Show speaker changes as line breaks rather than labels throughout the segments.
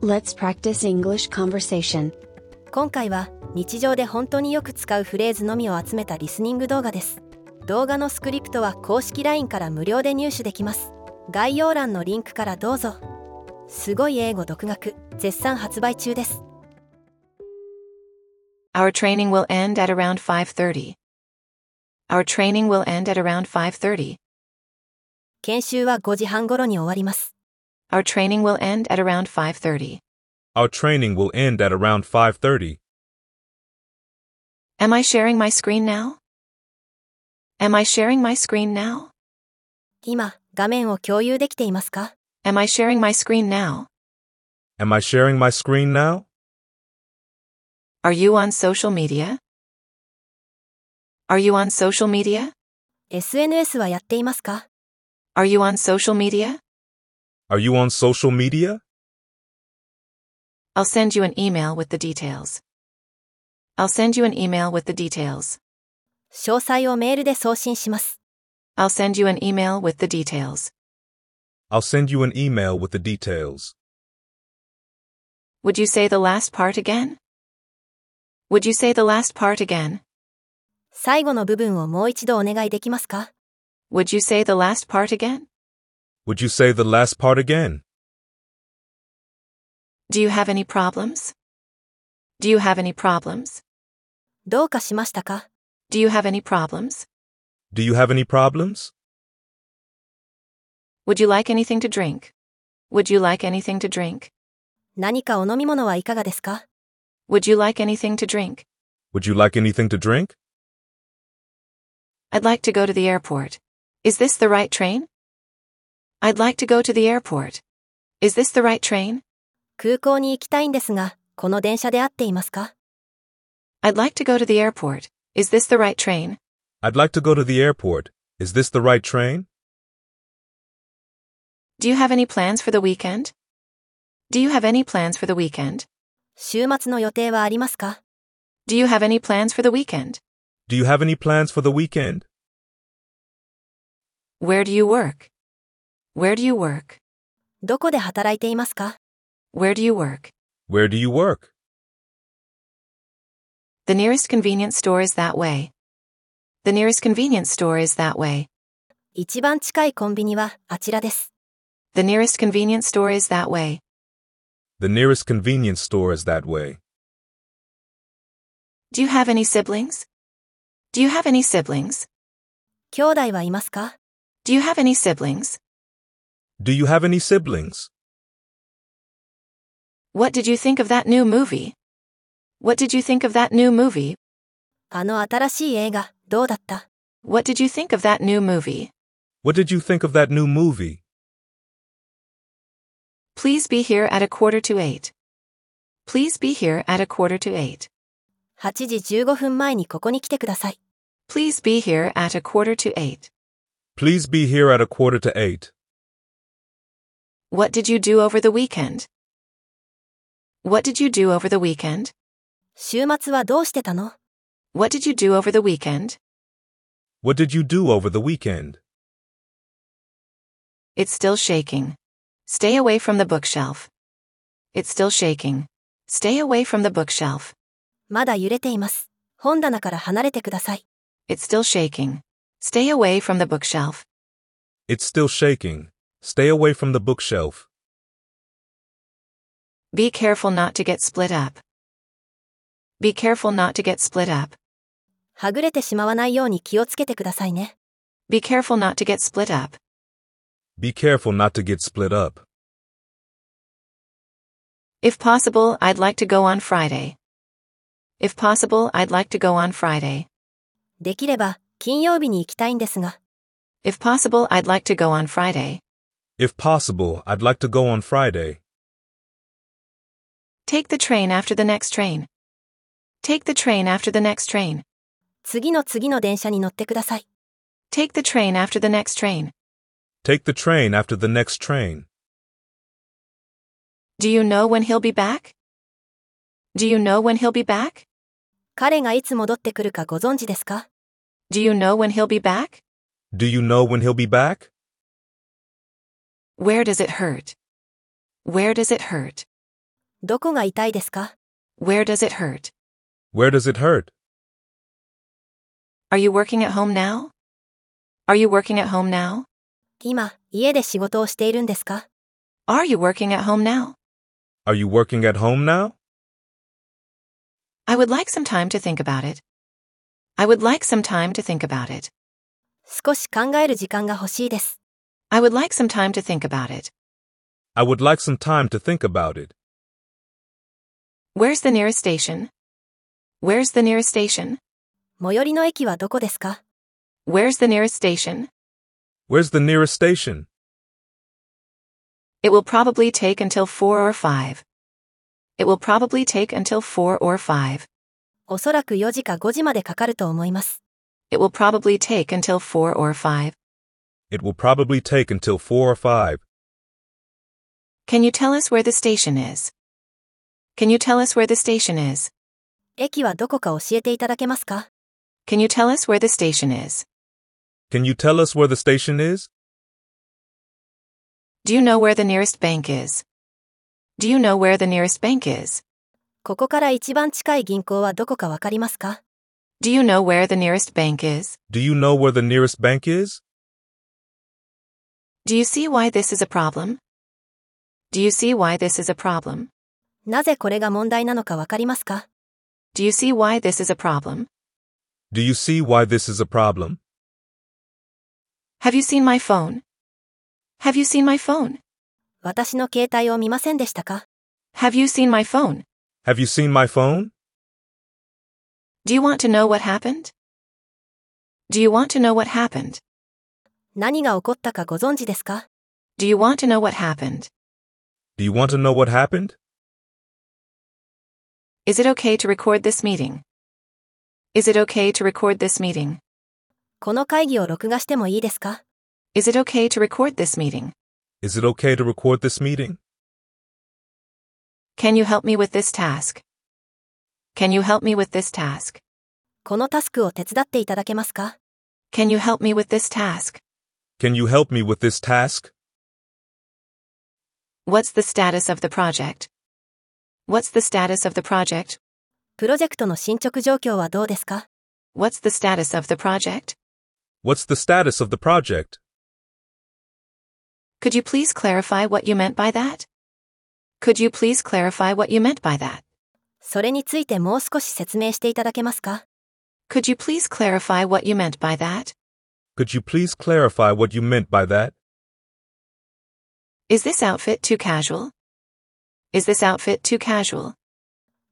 Let's practice English conversation.
今回は日常で本当によく使うフレーズのみを集めたリスニング動画です動画のスクリプトは公式 LINE から無料で入手できます概要欄のリンクからどうぞすごい英語独学絶賛発売中です
Our training will end at around 5:30. Our training will end at around 5:30.
研修は5時半頃に終わります
Our training will end at around 5:30.
Our training will end at around 5:30.
Am I sharing my screen now? Am I sharing my screen now?
今画面を共有できていますか
Am I sharing my screen now?
Am I sharing my screen now?
Are you on social media? Are you on social media?
SNS はやっていますか
Are you on social media?
Are you on social media?
I'll send you an email with the details. I'll send you an email with the details.
詳細をメールで送信します
I'll send you an email with the details.
I'll send you an email with the details.
Would you say the last part again? Would you say the last part again?
最後の部分をもう一度お願いできますか
Would you say the last part again?
Would you say the last part again?
Do you have any problems? Do you have any problems?
どうかしましたか
Do you have any problems?
Do you have any problems?
Would you like anything to drink? Would you like anything to drink?
何かお飲み物はいかがですか
Would you like anything to drink?
Would you like anything to drink?
I'd like to go to the airport. Is this the right train? I'd like to go to the airport. Is this the right train?
空港に行きたいんですが、この電車で合っていますか
I'd like to go to the airport. Is this the right train?
I'd like to go to the airport. Is this the right train?
Do you have any plans for the weekend? Do you have any plans for the weekend?
週末の予定はありますか
Do you have any plans for the weekend?
Do you have any plans for the weekend?
Where do you work? Where do you work?
どこで働いていますか
Where do you work?
Where do you work?
The nearest convenience store is that way. The nearest convenience store is that way.
一番近いコンビニはあちらです。
The nearest convenience store is that way.
The nearest convenience store is that way.
Do you have any siblings? Do you have any siblings?
兄弟はいますか
Do you have any siblings?
Do you have any siblings?
What did you think of that new movie? What did you think of that new movie?
あの新しい映画、どうだった
What did you think of that new movie?
What did you think of that new movie?
Please be here at a quarter to eight. Please be here at a quarter to eight.
?8 時15分前にここに来てください。
Please be here at a quarter to eight.
Please be here at a quarter to eight.
What did you do over the weekend? What did you do over the weekend?
週末はどうしてたの
What did you do over the weekend?
What did you do over the weekend?
It's still shaking. Stay away from the bookshelf. It's still shaking. Stay away from the bookshelf.
まだ揺れています。本棚から離れてください。
It's still shaking. Stay away from the bookshelf.
It's still shaking. Stay away from the bookshelf.
Be careful not to get split up. Be careful not to get split up.
はぐれてしまわないように気をつけてくださいね。
Be careful not to get split up.
Be careful not to get split up.
If possible, I'd like to go on Friday. If possible, I'd like to go on Friday.
できれば、金曜日に行きたいんですが、
If possible, I'd like to go on Friday.
If possible, I'd like to go on Friday.
Take the train after the next train. Take the train after the next train.
次の次の電車に乗ってください。
Take the train after the next train.
Take the train after the next train.
Do you know when he'll be back? Do you know when he'll be back?
彼がいつ戻ってくるかご存知ですか
Do you know when he'll be back?
Do you know when he'll be back?
Where does it hurt? Where does it hurt?
どこが痛いですか
Where does it hurt?
Where does it hurt?
Are you working at home now? Are you working at home now?
今、家で仕事をしているんですか
Are you working at home now?
Are you working at home now?
I would like some time to think about it. I would like some time to think about it.
少し考える時間が欲しいです。
I would like some time to think about it.
I would like some time to think about it.
Where's the nearest station? Where's the nearest station?
最寄りの駅はどこですか
Where's the nearest station?
Where's the nearest station?
It will probably take until 4 or 5. It will probably take until 4 or 5.
おそらく4時か5時までかかると思います。
It will probably take until 4 or 5.
It will probably take until 4 or 5.
Can you tell us where the station is? Can you tell us where the station is?
駅はどこか教えていただけますか
Can you tell us where the station is?
Can you tell us where the station is?
Do you know where the nearest bank is? Do you know where the nearest bank is?
ここから一番近い銀行はどこかわかりますか
Do you know where the nearest bank is?
Do you know where the nearest bank is?
Do you see why this is a problem? Do you see why this is a problem?
なぜこれが問題なのかわかりますか
Do you see why this is a problem?
Do you see why this is a problem?
Have you seen my phone? Have you seen my phone?
私の携帯を見ませんでしたか
Have you seen my phone?
Have you seen my phone?
Do you want to know what happened? Do you want to know what happened?
何が起こったかご存知ですか
Do you want to know what happened?
Do you want to know what happened?
Is it okay to record this meeting? Is it okay to record this meeting?
この会議を録画してもいいですか
Is it okay to record this meeting?
Is it okay to record this meeting?
Can you help me with this task? Can you help me with this task?
このタスクを手伝っていただけますか
Can you help me with this task?
Can you help me with this task?
What's the status of the project? What's the status of the project?
プロジェクトの進捗状況はどうですか
What's the status of the project?
What's the status of the project?
Could you please clarify what you meant by that? Could you please clarify what you meant by that?
それについてもう少し説明していただけますか
Could you please clarify what you meant by that?
Could you please clarify what you meant by that?
Is this outfit too casual? Is this outfit too casual?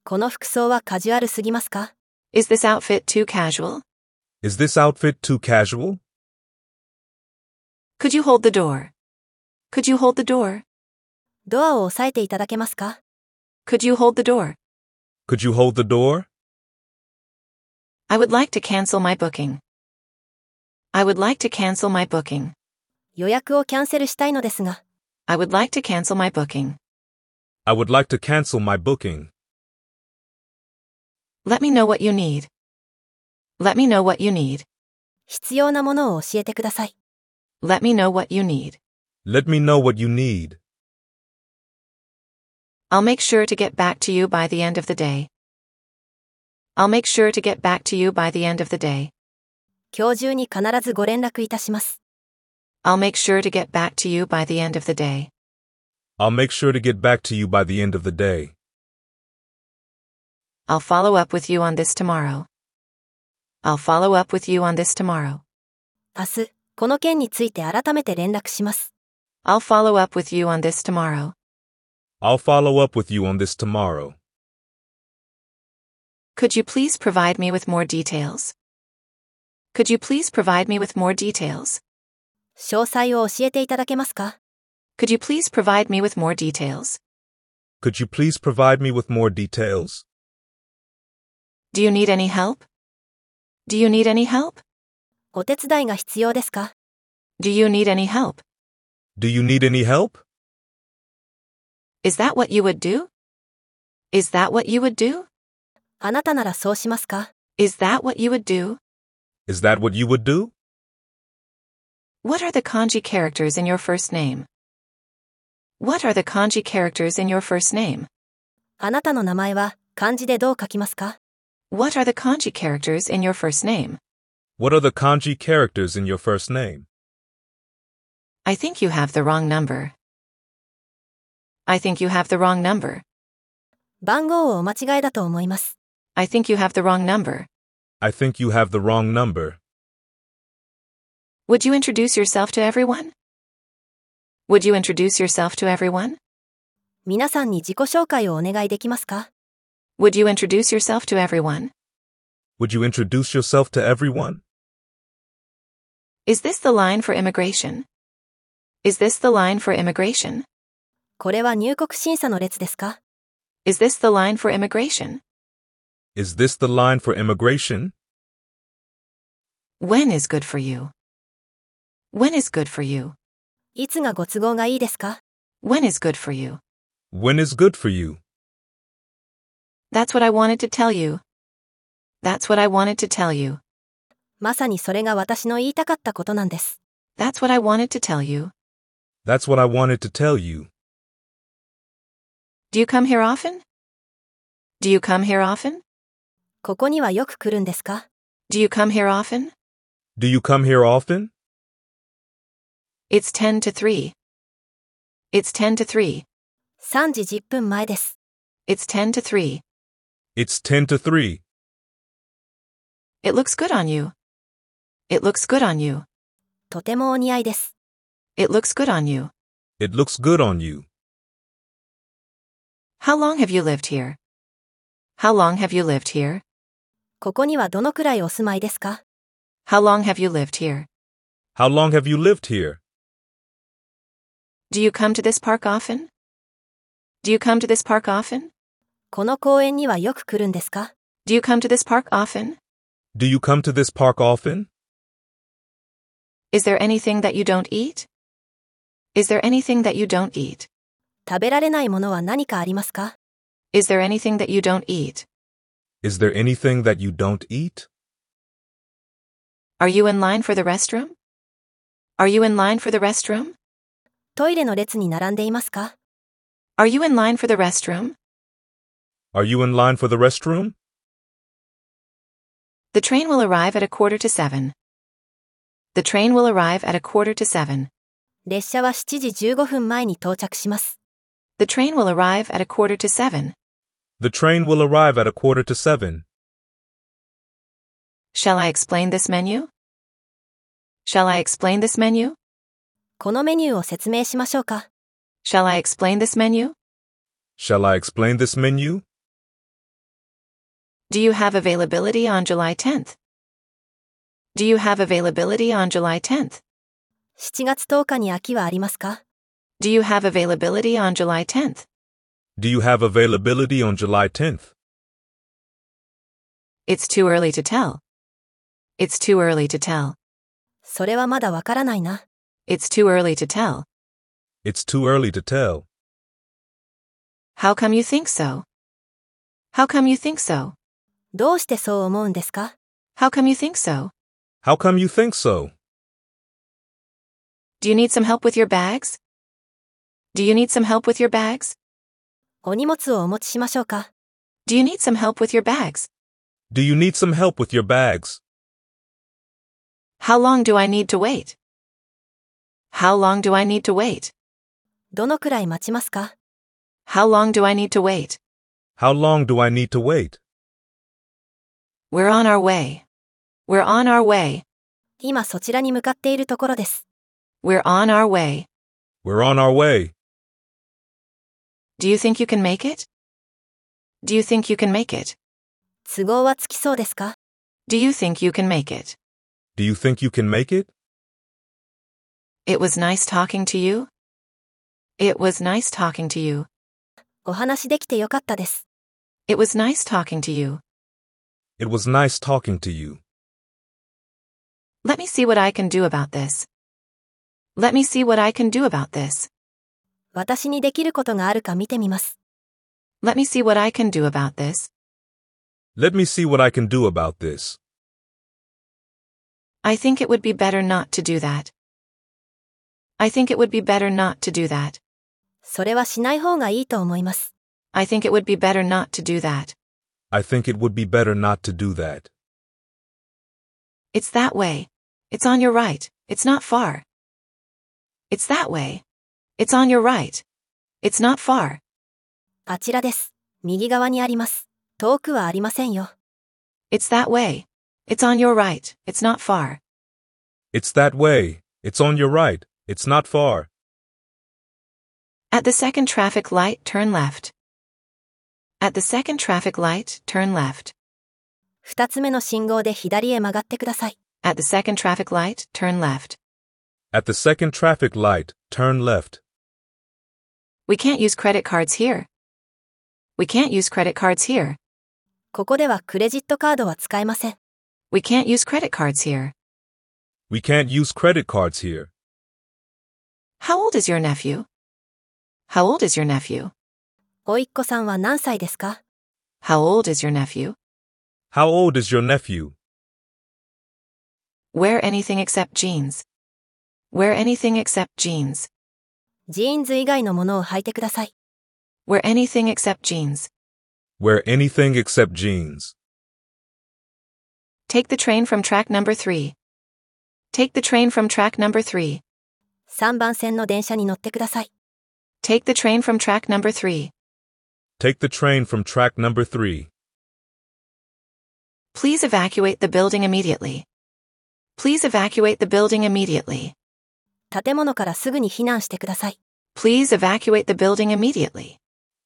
この服装はカジュアルすぎますか
Is this outfit too casual?
Is this outfit too casual?
Could you hold the door? Could you hold the door?
ドアを押さえていただけますか
Could you hold the door?
Could you hold the door?
I would like to cancel my booking. I would like to cancel my booking.
予約をキャンセルしたいのですが、
I would like to cancel my booking.
I would like to cancel my booking.
Let me know what you need. Let me know what you need.
必要なものを教えてください。
Let me know what you need.
Let me know what you need.
I'll make sure to get back to you by the end of the day. I'll make sure to get back to you by the end of the day.
今日中に必ずご連絡いたします。
I'll make sure to get back to you by the end of the day.
I'll make sure to get back to you by the end of the day.
I'll follow up with you on this tomorrow. I'll follow up with you on this tomorrow.
明日、この件について改めて連絡します。
I'll follow up with you on this tomorrow.
I'll follow up with you on this tomorrow.
Could you please provide me with more details? Could you please provide me with more details?
詳細を教えていただけますか
Could you please provide me with more details?
Could you please provide me with more details?
Do you need any help? Do you need any help?
お手伝いが必要ですか
Do you need any help?
Do you need any help?
Is that what you would do? Is that what you would do?
あなたならそうしますか
Is that what you would do?
Is that what you would do?
What are the kanji characters in your first name? What are the kanji characters in your first name?
あなたの名前は漢字でどう書きますか
What are the kanji characters in your first name?
What are the kanji characters in your first name?
I think you have the wrong number. I think you have the wrong number.
番号をお間違えだと思います。
I think you have the wrong number.
I think you have the wrong number.
Would you introduce yourself to everyone? Would you introduce yourself to everyone?
皆さんに自己紹介をお願いできますか
Would you introduce yourself to everyone?
Would you introduce yourself to everyone?
Is this the line for immigration? Is this the line for immigration?
これは入国審査の列ですか
Is this the line for immigration?
Is this the line for immigration?
When is good for you? When is good for you?
いつがご都合がいいですか
When is good for you?
When is good for you?
That's what I wanted to tell you. That's what I wanted to tell you.
まさにそれが私の言いたかったことなんです。
That's what I wanted to tell you.
That's what I wanted to tell you.
Do you come here often? Do you come here often?
ここにはよく来るんですか
Do you come here often?
Do you come here often?
It's 10 to 3. It's 10 to 3.
?3 時10分前です。
It's 10 to 3.
It's 10 to 3.
It looks good on you. It looks good on you.
とてもお似合いです。
It looks good on you.
It looks good on you.
How long have you lived here? How long have you lived here?
ここにはどのくらいお住まいですか
How long have you lived here?
How long have you lived here?
Do you come to this park often? Do you come to this park often?
この公園にはよく来るんですか
Do you come to this park often?
Do you come to this park often?
Is there anything that you don't eat? Is there anything that you don't eat?
食べられないものは何かありますか
Is there anything that you don't eat?
Is there anything that you don't eat?
Are you in line for the restroom? Are you in line for the restroom?
トイレの列に並んでいますか
Are you in line for the restroom?
Are you in line for the restroom?
The train will arrive at a quarter to seven. The train will arrive at a quarter to seven.
列車は7時15分前に到着します。
The train will arrive at a quarter to seven.
The train will arrive at a quarter to seven.
Shall I explain this menu? Shall I explain this menu?
このメニューを説明しましょうか。
Shall I explain this menu?
Shall I explain this menu?
Do you have availability on July 10th? Do you have availability on July 10th?
7月10日に空きはありますか
Do you have availability on July 10th?
Do you have availability on July 10th?
It's too early to tell. It's too early to tell.
それはまだわからないな。
It's too early to tell.
It's too early to tell.
How come you think so? How come you think so?
どうしてそう思うんですか
How come you think so?
How come you think so?
Do you need some help with your bags? Do you need some help with your bags?
お荷物をお持ちしましょうか。
Do you need some help with your bags?
Do you need some help with your bags?
How long do I need to wait? How long do I need to wait?
どのくらい待ちますか
How long do I need to wait?
How long do I need to wait?
We're on our way. We're on our way.
今そちらに向かっているところです。
We're on our way.
We're on our way.
Do you think you can make it? Do you think you can make it?
都合はつきそうですか
Do you think you can make it?
Do you think you can make it?
It was nice talking to you. It was nice talking to you.
お話できてよかったです。
It was nice talking to you.
It was nice talking to you.
Let me see what I can do about this. Let me see what I can do about this.
私にできることがあるか見てみます。
Let me see what I can do about this.
Let me see what I can do about this.
I think it would be better not to do that. I think it would be better not to do that.
それはしない方がいいと思います。
I think it would be better not to do that.
I think it would be better not to do that.
It's that way. It's on your right. It's not far. It's that way. It's on your right. It's not far.
あちらです。右側にあります。遠くはありませんよ。
It's that way. It's on your right. It's not far.
It's that way. It's on your right. It's not far.
At the second traffic light, turn left. At the second traffic light, turn left.
二つ目の信号で左へ曲がってください。
At the second traffic light, turn left.
At the second traffic light, turn left.
We can't use credit cards here. We can't use credit cards here.
ここではクレジットカードは使えません。
We can't use credit cards here.
We can't use credit cards here.
How old is your nephew? How old is your nephew?
おいっ子さんは何歳ですか
How old is your nephew?
How old is your nephew?
Wear anything except jeans. Wear anything except jeans.
ジーンズ以外のものを履いてください。
Wear anything except jeans.
Wear anything except jeans.
Take the train from track number three. Take the train from track number three.
3番線の電車に乗ってください。
Take the train from track number three.
Take the train from track number three.
Please evacuate the building immediately. Please evacuate the building immediately.
建物からすぐに避難してください。
Please evacuate the building immediately.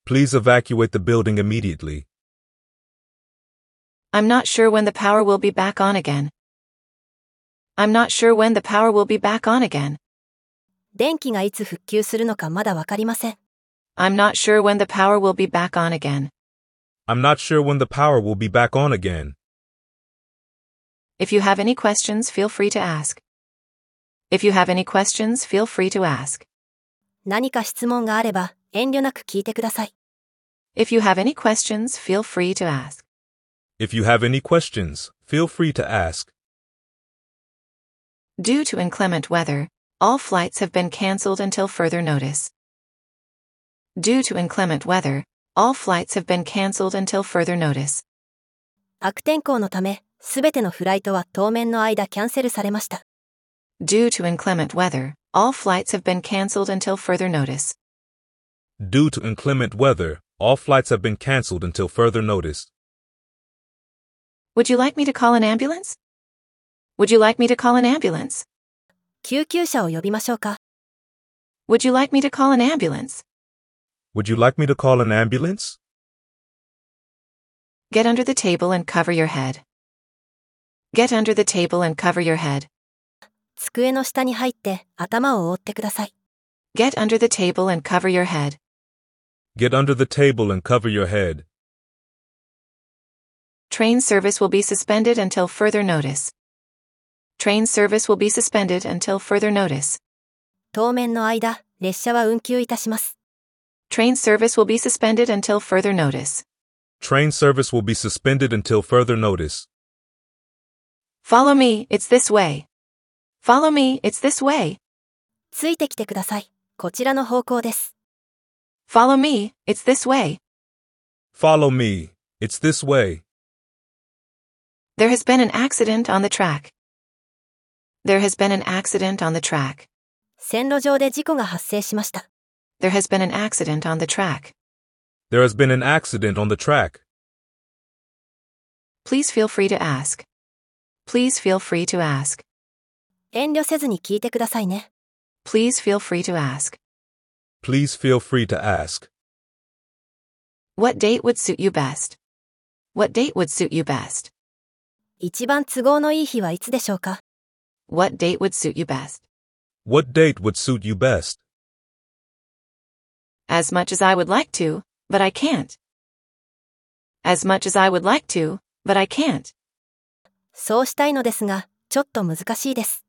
Please evacuate the building immediately.
I'm not sure when the power will be back on again. I'm not sure when the power will be back on again.
電気がいつ復旧するのかまだわかりません。
I'm not sure when the power will be back on again.
I'm not sure when the power will be back on again.
If you have any questions, feel free to ask. If you have any questions, feel free to ask.
何か質問があれば遠慮なく聞いてください。
If you have any questions, feel free to ask.
If you have any questions, feel free to ask.
Due to inclement weather, all flights have been canceled until further notice. Due to inclement weather, all flights have been canceled until further notice.
悪天候のため、すべてのフライトは当面の間キャンセルされました。
Due to inclement weather, all flights have been canceled until further notice.
Due to inclement weather, all flights have been canceled until further notice.
Would you like me to call an ambulance? Would you like me to call an ambulance?
救急車を呼びましょうか
Would you like me to call an ambulance?
Would you like me to call an ambulance?
Get under the table and cover your head. Get under the table and cover your head.
机の下に入って頭を覆ってください。
Get under the table and cover your head.
Get under the table and cover your head.
Train service will be suspended until further notice. Train service will be suspended until further notice.
当面の間、列車は運休いたします。
Train service will be suspended until further notice.
Train service will be suspended until further notice.
Follow me, it's this way. Follow me, it's this way.
ついてきてください。こちらの方向です。
Follow me, it's this way.
Follow me. It's this way.
There has been an accident on the track. There has been an accident on the track.
線路上で事故が発生しました。
There has been an accident on the track.
There has been an accident on the track.
Please feel free to ask. Please feel free to ask.
遠慮せずに聞いてくださいね。
Please feel free to ask.
Please feel free to ask.
What date would suit you best? What date would suit you best?
一番都合のいい日はいつでしょうか
What date would suit you best?
What date would suit you best?
As much as I would like to, but I can't. As much as I would like to, but I can't.
そうしたいのですが、ちょっと難しいです。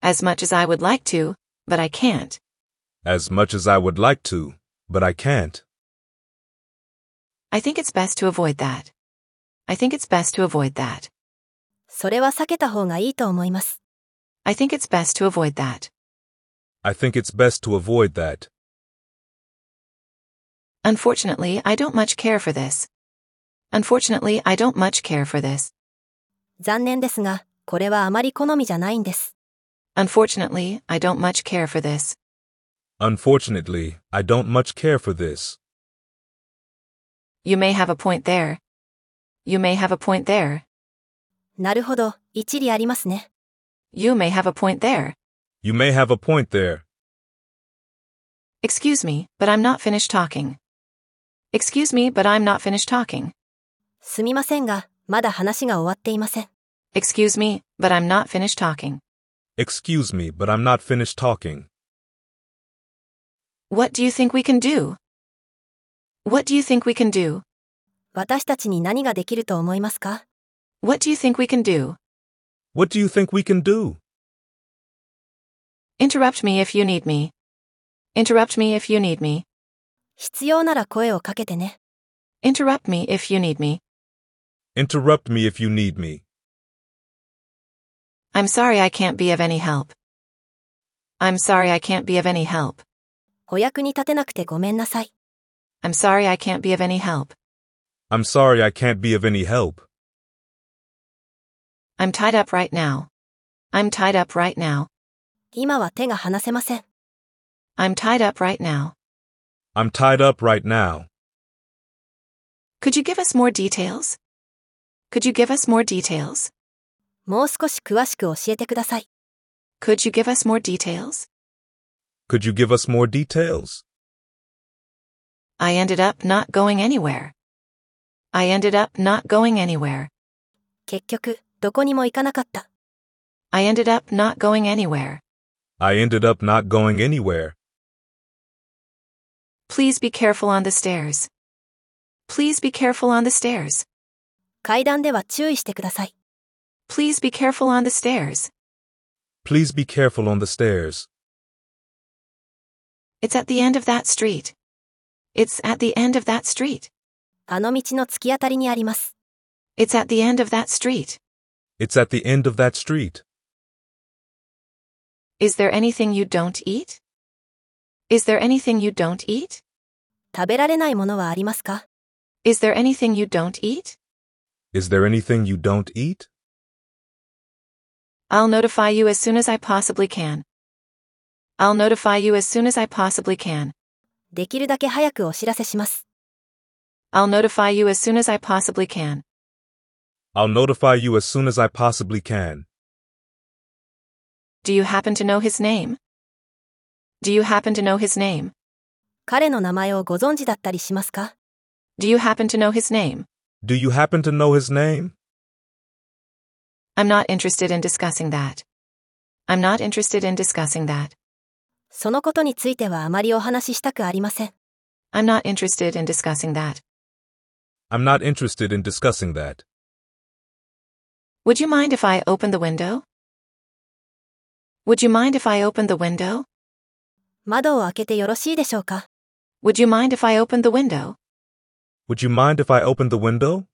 As much as I would like to, but I can't.
As much as I would like to, but I can't.
I think it's best to avoid that. I think it's best to avoid that.
それは避けた方がいいと思います。
I think it's best to avoid that.
I think it's best to avoid that.
Unfortunately, I don't much care for this. Unfortunately, I don't much care for this.
残念ですが、これはあまり好みじゃないんです。
Unfortunately, I don't much care for this.
Unfortunately, I don't much care for this.
You may have a point there. You may have a point there.
なるほど、一理ありますね。
You may have a point there.
You may have a point there.
Excuse me, but I'm not finished talking. Excuse me, but I'm not finished talking.
すみませんが、まだ話が終わっていません。
Excuse me, but I'm not finished talking.
Excuse me, but I'm not finished talking.
What do you think we can do? What do you think we can do?
私たちに何ができると思いますか
What do you think we can do?
What do you think we can do?
Interrupt me if you need me. Interrupt me if you need me.
必要なら声をかけてね。
Interrupt me if you need me.
Interrupt me if you need me.
I'm sorry I can't be of any help. I'm sorry I can't be of any help.
お役に立てなくてごめんなさい。
I'm sorry I can't be of any help.
I'm sorry I can't be of any help.
I'm tied up right now. I'm tied up right now.
今は手が離せません。
I'm tied up right now.
I'm tied up right now.
Could you give us more details? Could you give us more details?
もう少し詳しく教えてください。
Could you give us more details?
Could you give us more details?
I ended up not going anywhere. I ended up not going anywhere.
結局、どこにも行かなかった。
I ended up not going anywhere.
I ended up not going anywhere.
Please be careful on the stairs. Please be careful on the stairs.
階段では注意してください。
Please be careful on the stairs.
Please be careful on the stairs.
It's at the end of that street. It's at the end of that street.
あの道の突き当たりにあります。
It's at the end of that street.
It's at the end of that street.
Is there anything you don't eat? Is there anything you don't eat?
食べられないものはありますか
Is there anything you don't eat?
Is there anything you don't eat?
I'll notify you as soon as I possibly can. I'll notify you as soon as I possibly can.
できるだけ早くお知らせします。
I'll notify you as soon as I possibly can.
I'll notify you as soon as I possibly can.
Do you happen to know his name? Do you happen to know his name?
彼の名前をご存知だったりしますか
Do you happen to know his name?
Do you happen to know his name?
I'm not interested in discussing that. I'm not interested in discussing that.
そのことについてはあまりお話ししたくありません。
I'm not interested in discussing that.
I'm not interested in discussing that.
Would you mind if I open the window? Would you mind if I open the window?
窓を開けてよろしいでしょうか
Would you mind if I open the window?
Would you mind if I opened the window?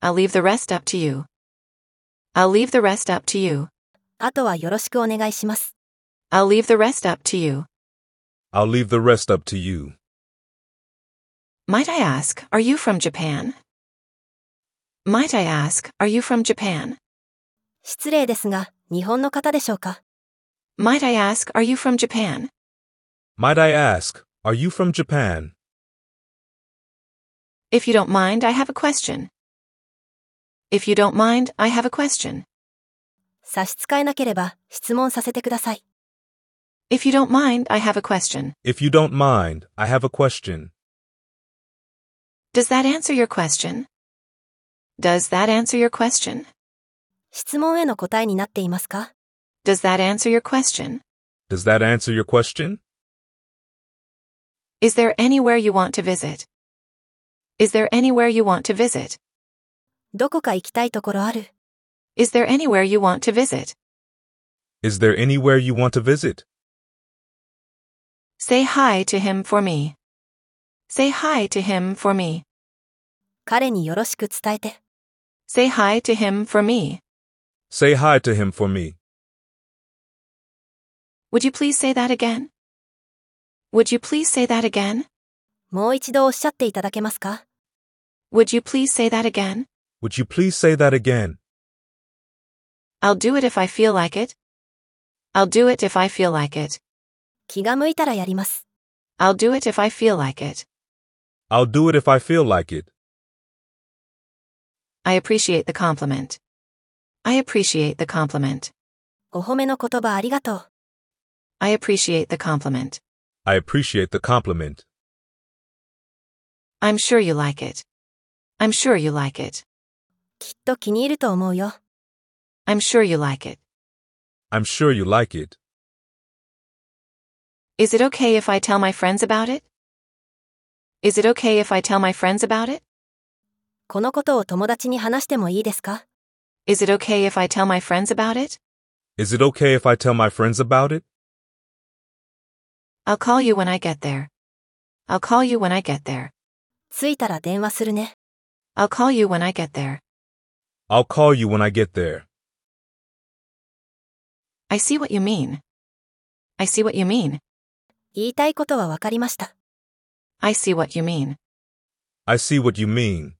I'll leave the rest up to you. I'll leave the rest up to you.
あとはよろしくお願いします。
I'll leave the rest up to you.
I'll leave the rest up to you.
Might I ask, are you from Japan? Might I ask, are you from Japan?
失礼ですが、日本の方でしょうか
Might I ask, are you from Japan?
Might I ask, are you from Japan?
If you don't mind, I have a question. If you don't mind, I have a question.
差し支えなければ質問させてください。
If you don't mind, I have a question.
If you don't mind, I have a question.
Does that answer your question? Does that answer your question?
質問への答えになっていますか
Does that answer your question?
Does that answer your question?
Is there anywhere you want to visit? Is there anywhere you want to visit?
どこか行きたいところある
Is there anywhere you want to visit?
Is there anywhere you want to visit?
Say hi to him for me. Say hi to him for me.
彼によろしく伝えて。
Say hi to him for me.
Say hi to him for me.
Would you please say that again? Would you please say that again?
もう一度おっしゃっていただけますか
Would you please say that again?
Would you please say that again?
I'll do it if I feel like it. I'll do it if I feel like it.
気が向いたらやります。
I'll do it if I feel like it.
I'll do it if I feel like it.
I appreciate the compliment. I appreciate the compliment.
お褒めの言葉ありがとう。
I appreciate the compliment.
I appreciate the compliment.
I'm sure you like it. I'm sure you like it.
きっと気に入ると思うよ。
I'm sure you like it.
I'm sure you like it.
Is it okay if I tell my friends about it? Is it okay if I tell my friends about it?
このことを友達に話してもいいですか
Is it okay if I tell my friends about it?
Is it okay if I tell my friends about it?
I'll call you when I get there. I'll call you when I get there.
着いたら電話するね。
I'll call you when I get there.
I'll call you when I get there.
I see what you mean. I see what you mean.
言いたいことは分かりました。
I see what you mean.
I see what you mean.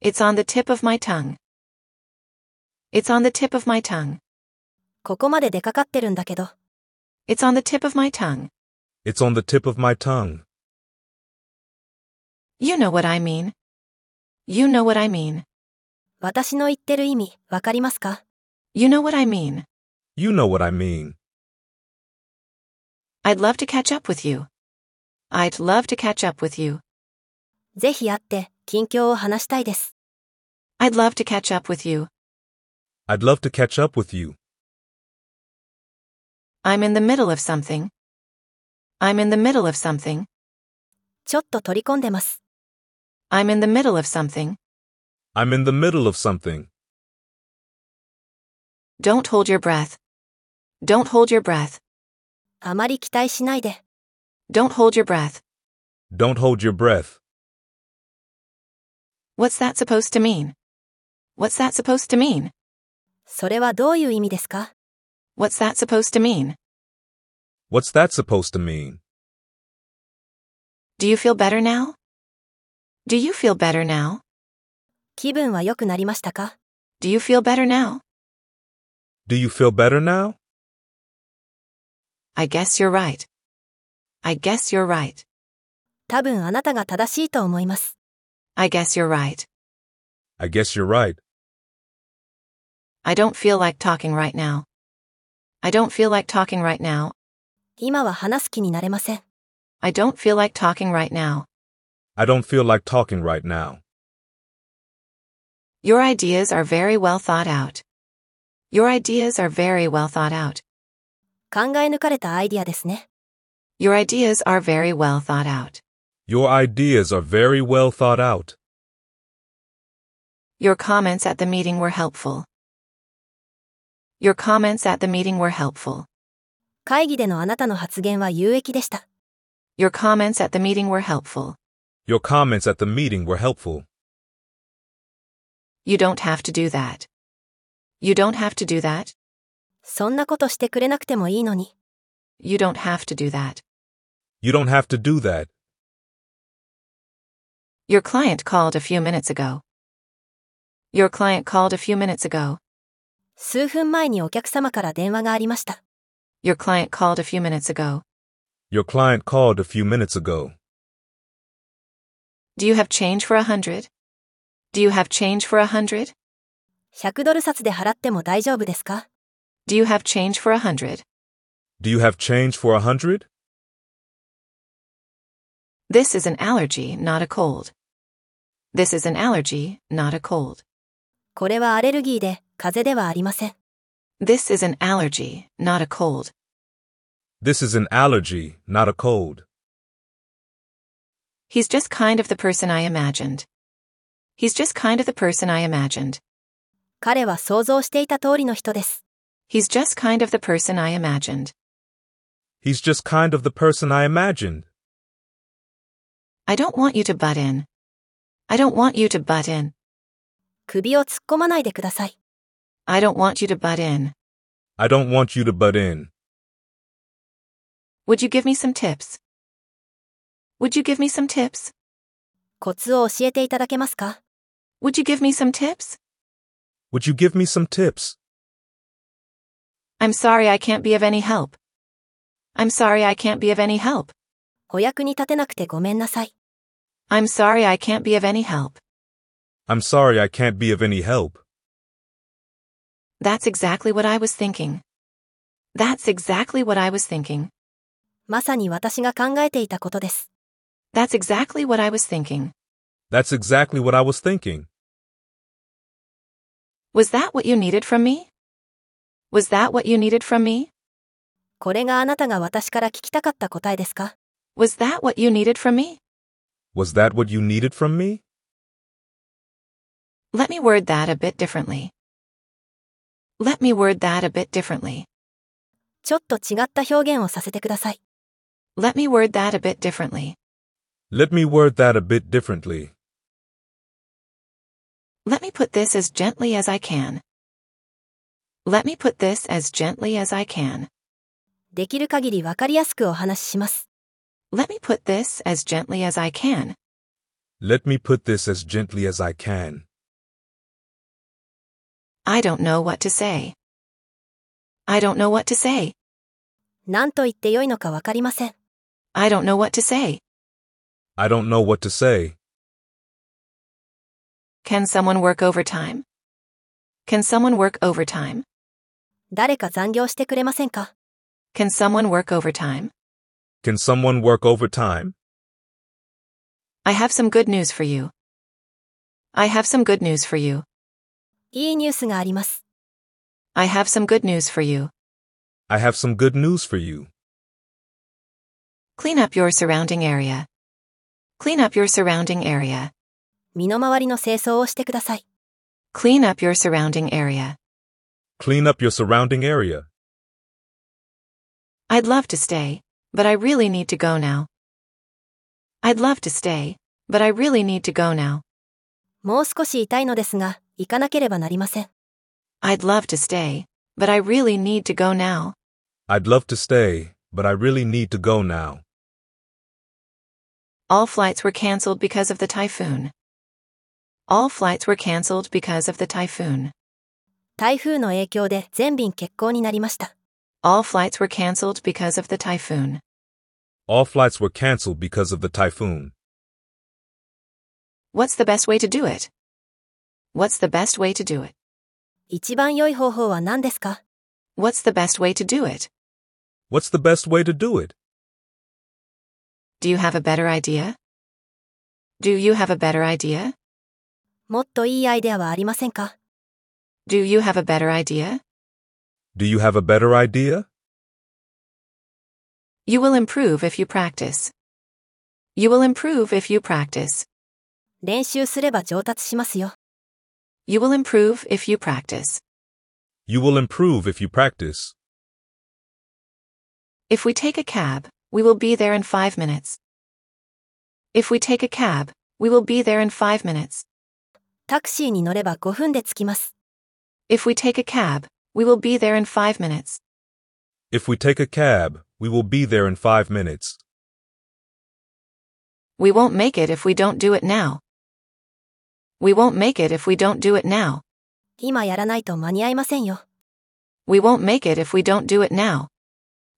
It's on the tip of my tongue. It's on the tip of my tongue.
ここまで出かかってるんだけど、
It's on the tip of my tongue.
It's on the tip of my tongue.
You know what I mean. You know what I mean.
私の言ってる意味、分かりますか
You know what I mean.
You know what I mean.
I'd love to catch up with you. I'd love to catch up with you.
ぜひ会って、近況を話したいです。
I'd love to catch up with you.
I'd love to catch up with you.
I'm in the middle of something. I'm in the middle of something.
ちょっと取り込んでます。
I'm in the middle of something.
I'm in the middle of something.
Don't hold your breath. Don't hold your breath.
あまり期待しないで。
Don't hold your breath.
Don't hold your breath.
What's that supposed to mean? What's that supposed to mean?
それはどういう意味ですか
What's that supposed to mean?
What's that supposed to mean?
Do you feel better now? Do you feel better now?
気分は良くなりましたか
Do you feel better now?
Do you feel better now?
I guess you're right. I guess you're right.
多分あなたが正しいと思います。
I guess you're right.
I guess you're right.
I don't feel like talking right now. I don't feel like talking right now.
今は話す気になれません。
I don't feel like talking right now.
I don't feel like talking right now.
Your ideas are very well thought out. Your ideas are very well thought out.
考え抜かれたアイディアですね。
Your ideas are very well thought out.
Your ideas are very well thought out.
Your comments at the meeting were helpful. Your comments at the meeting were helpful.
会議でのあなたの発言は有益でした。
Your comments at the meeting were helpful.
Your comments at the meeting were helpful.
You don't have to do that. You don't have to do that.
そんなことしてくれなくてもいいのに。
You don't have to do that.
You don't have to do that.
Your client called a few minutes ago. Your client called a few minutes ago.
数分前にお客様から電話がありました。
Your client called a few minutes ago.
Your client called a few minutes ago.
Do you have change for a hundred? Do you have change for a hundred?
100ドル札で払っても大丈夫ですか
Do you have change for a hundred?
Do you have change for a hundred?
This is an allergy, not a cold. This is an allergy, not a cold.
これはアレルギーで、風邪ではありません。
This is an allergy, not a cold.
This is an allergy, not a cold.
He's just kind of the person I imagined. He's just kind of the person I imagined.
彼は想像していた通りの人です。
He's just kind of the person I imagined.
He's just kind of the person I imagined.
I don't want you to butt in. I don't want you to butt in.
首を突っ込まないでください。
I don't want you to butt in.
I don't want you to butt in.
Would you give me some tips? Would you give me some tips?
コツを教えていただけますか
Would you give me some tips?
Would you give me some tips?
I'm sorry I can't be of any help. I'm sorry I can't be of any help.
お役に立てなくてごめんなさい。
I'm sorry I can't be of any help.
I'm sorry I can't be of any help.
That's exactly what I was thinking. That's exactly what I was thinking.
まさに私が考えていたことです。
That's exactly what I was thinking.
That's exactly what I was thinking.
Was that what you needed from me? Was that what you needed from me?
これがあなたが私から聞きたかった答えですか
Was that what you needed from me?
Was that what you needed from me?
Let me word that a bit differently. Let me word that a bit differently.
ちょっと違った表現をさせてください。
Let me word that a bit differently.
Let me word that a bit differently.
Let me put this as gently as I can. Let me put this as gently as I can.
できる限りわかりやすくお話しします。
Let me put this as gently as I can.
Let me put this as gently as I can.
I don't know what to say. I don't know what to say.
何と言ってよいのかわかりません。
I don't know what to say.
I don't know what to say.
Can someone work overtime? Can someone work overtime?
誰か残業してくれませんか
Can someone work overtime?
Can someone work overtime?
I have some good news for you. I have some good news for you.
いいニュースがあります。
I have some good news for you.
I have some good news for you.
Clean up your surrounding area. Clean up your surrounding area.
身の回りの清掃をしてください。
Clean up your surrounding area.
Clean up your surrounding area.
I'd love to stay, but I really need to go now. I'd love to stay, but I really need to go now.
もう少し痛いのですが、行かなければなりません。
I'd love to stay, but I really need to go now.
I'd love to stay, but I really need to go now.
All flights were canceled because of the typhoon. All flights were canceled because of the typhoon.
台風の影響で全便欠航になりました。
All flights were canceled because of the typhoon.
All flights were canceled because of the typhoon.
What's the best way to do it? What's the best way to do it?
一番良い方法は何ですか
What's the best way to do it?
What's the best way to do it?
Do you have a better idea? Do you have a better idea?
もっといいアイデアはありませんか
Do you have a better idea?
Do you have a better idea?
You will improve if you practice. You will improve if you practice.
練習すれば上達しますよ。
You will improve if you practice.
You will improve if you practice.
If we take a cab, we will be there in five minutes. If we take a cab, we will be there in five minutes.
タクシーに乗れば5分で着きます。
If we take a cab, we will be there in five minutes.
If we take a cab, we will be there in five minutes.
We won't make it if we don't do it now. We won't make it if we don't do it now.
今やらないと間に合いませんよ。
We won't make it if we don't do it now.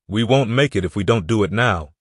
We won't make it if we don't do it now.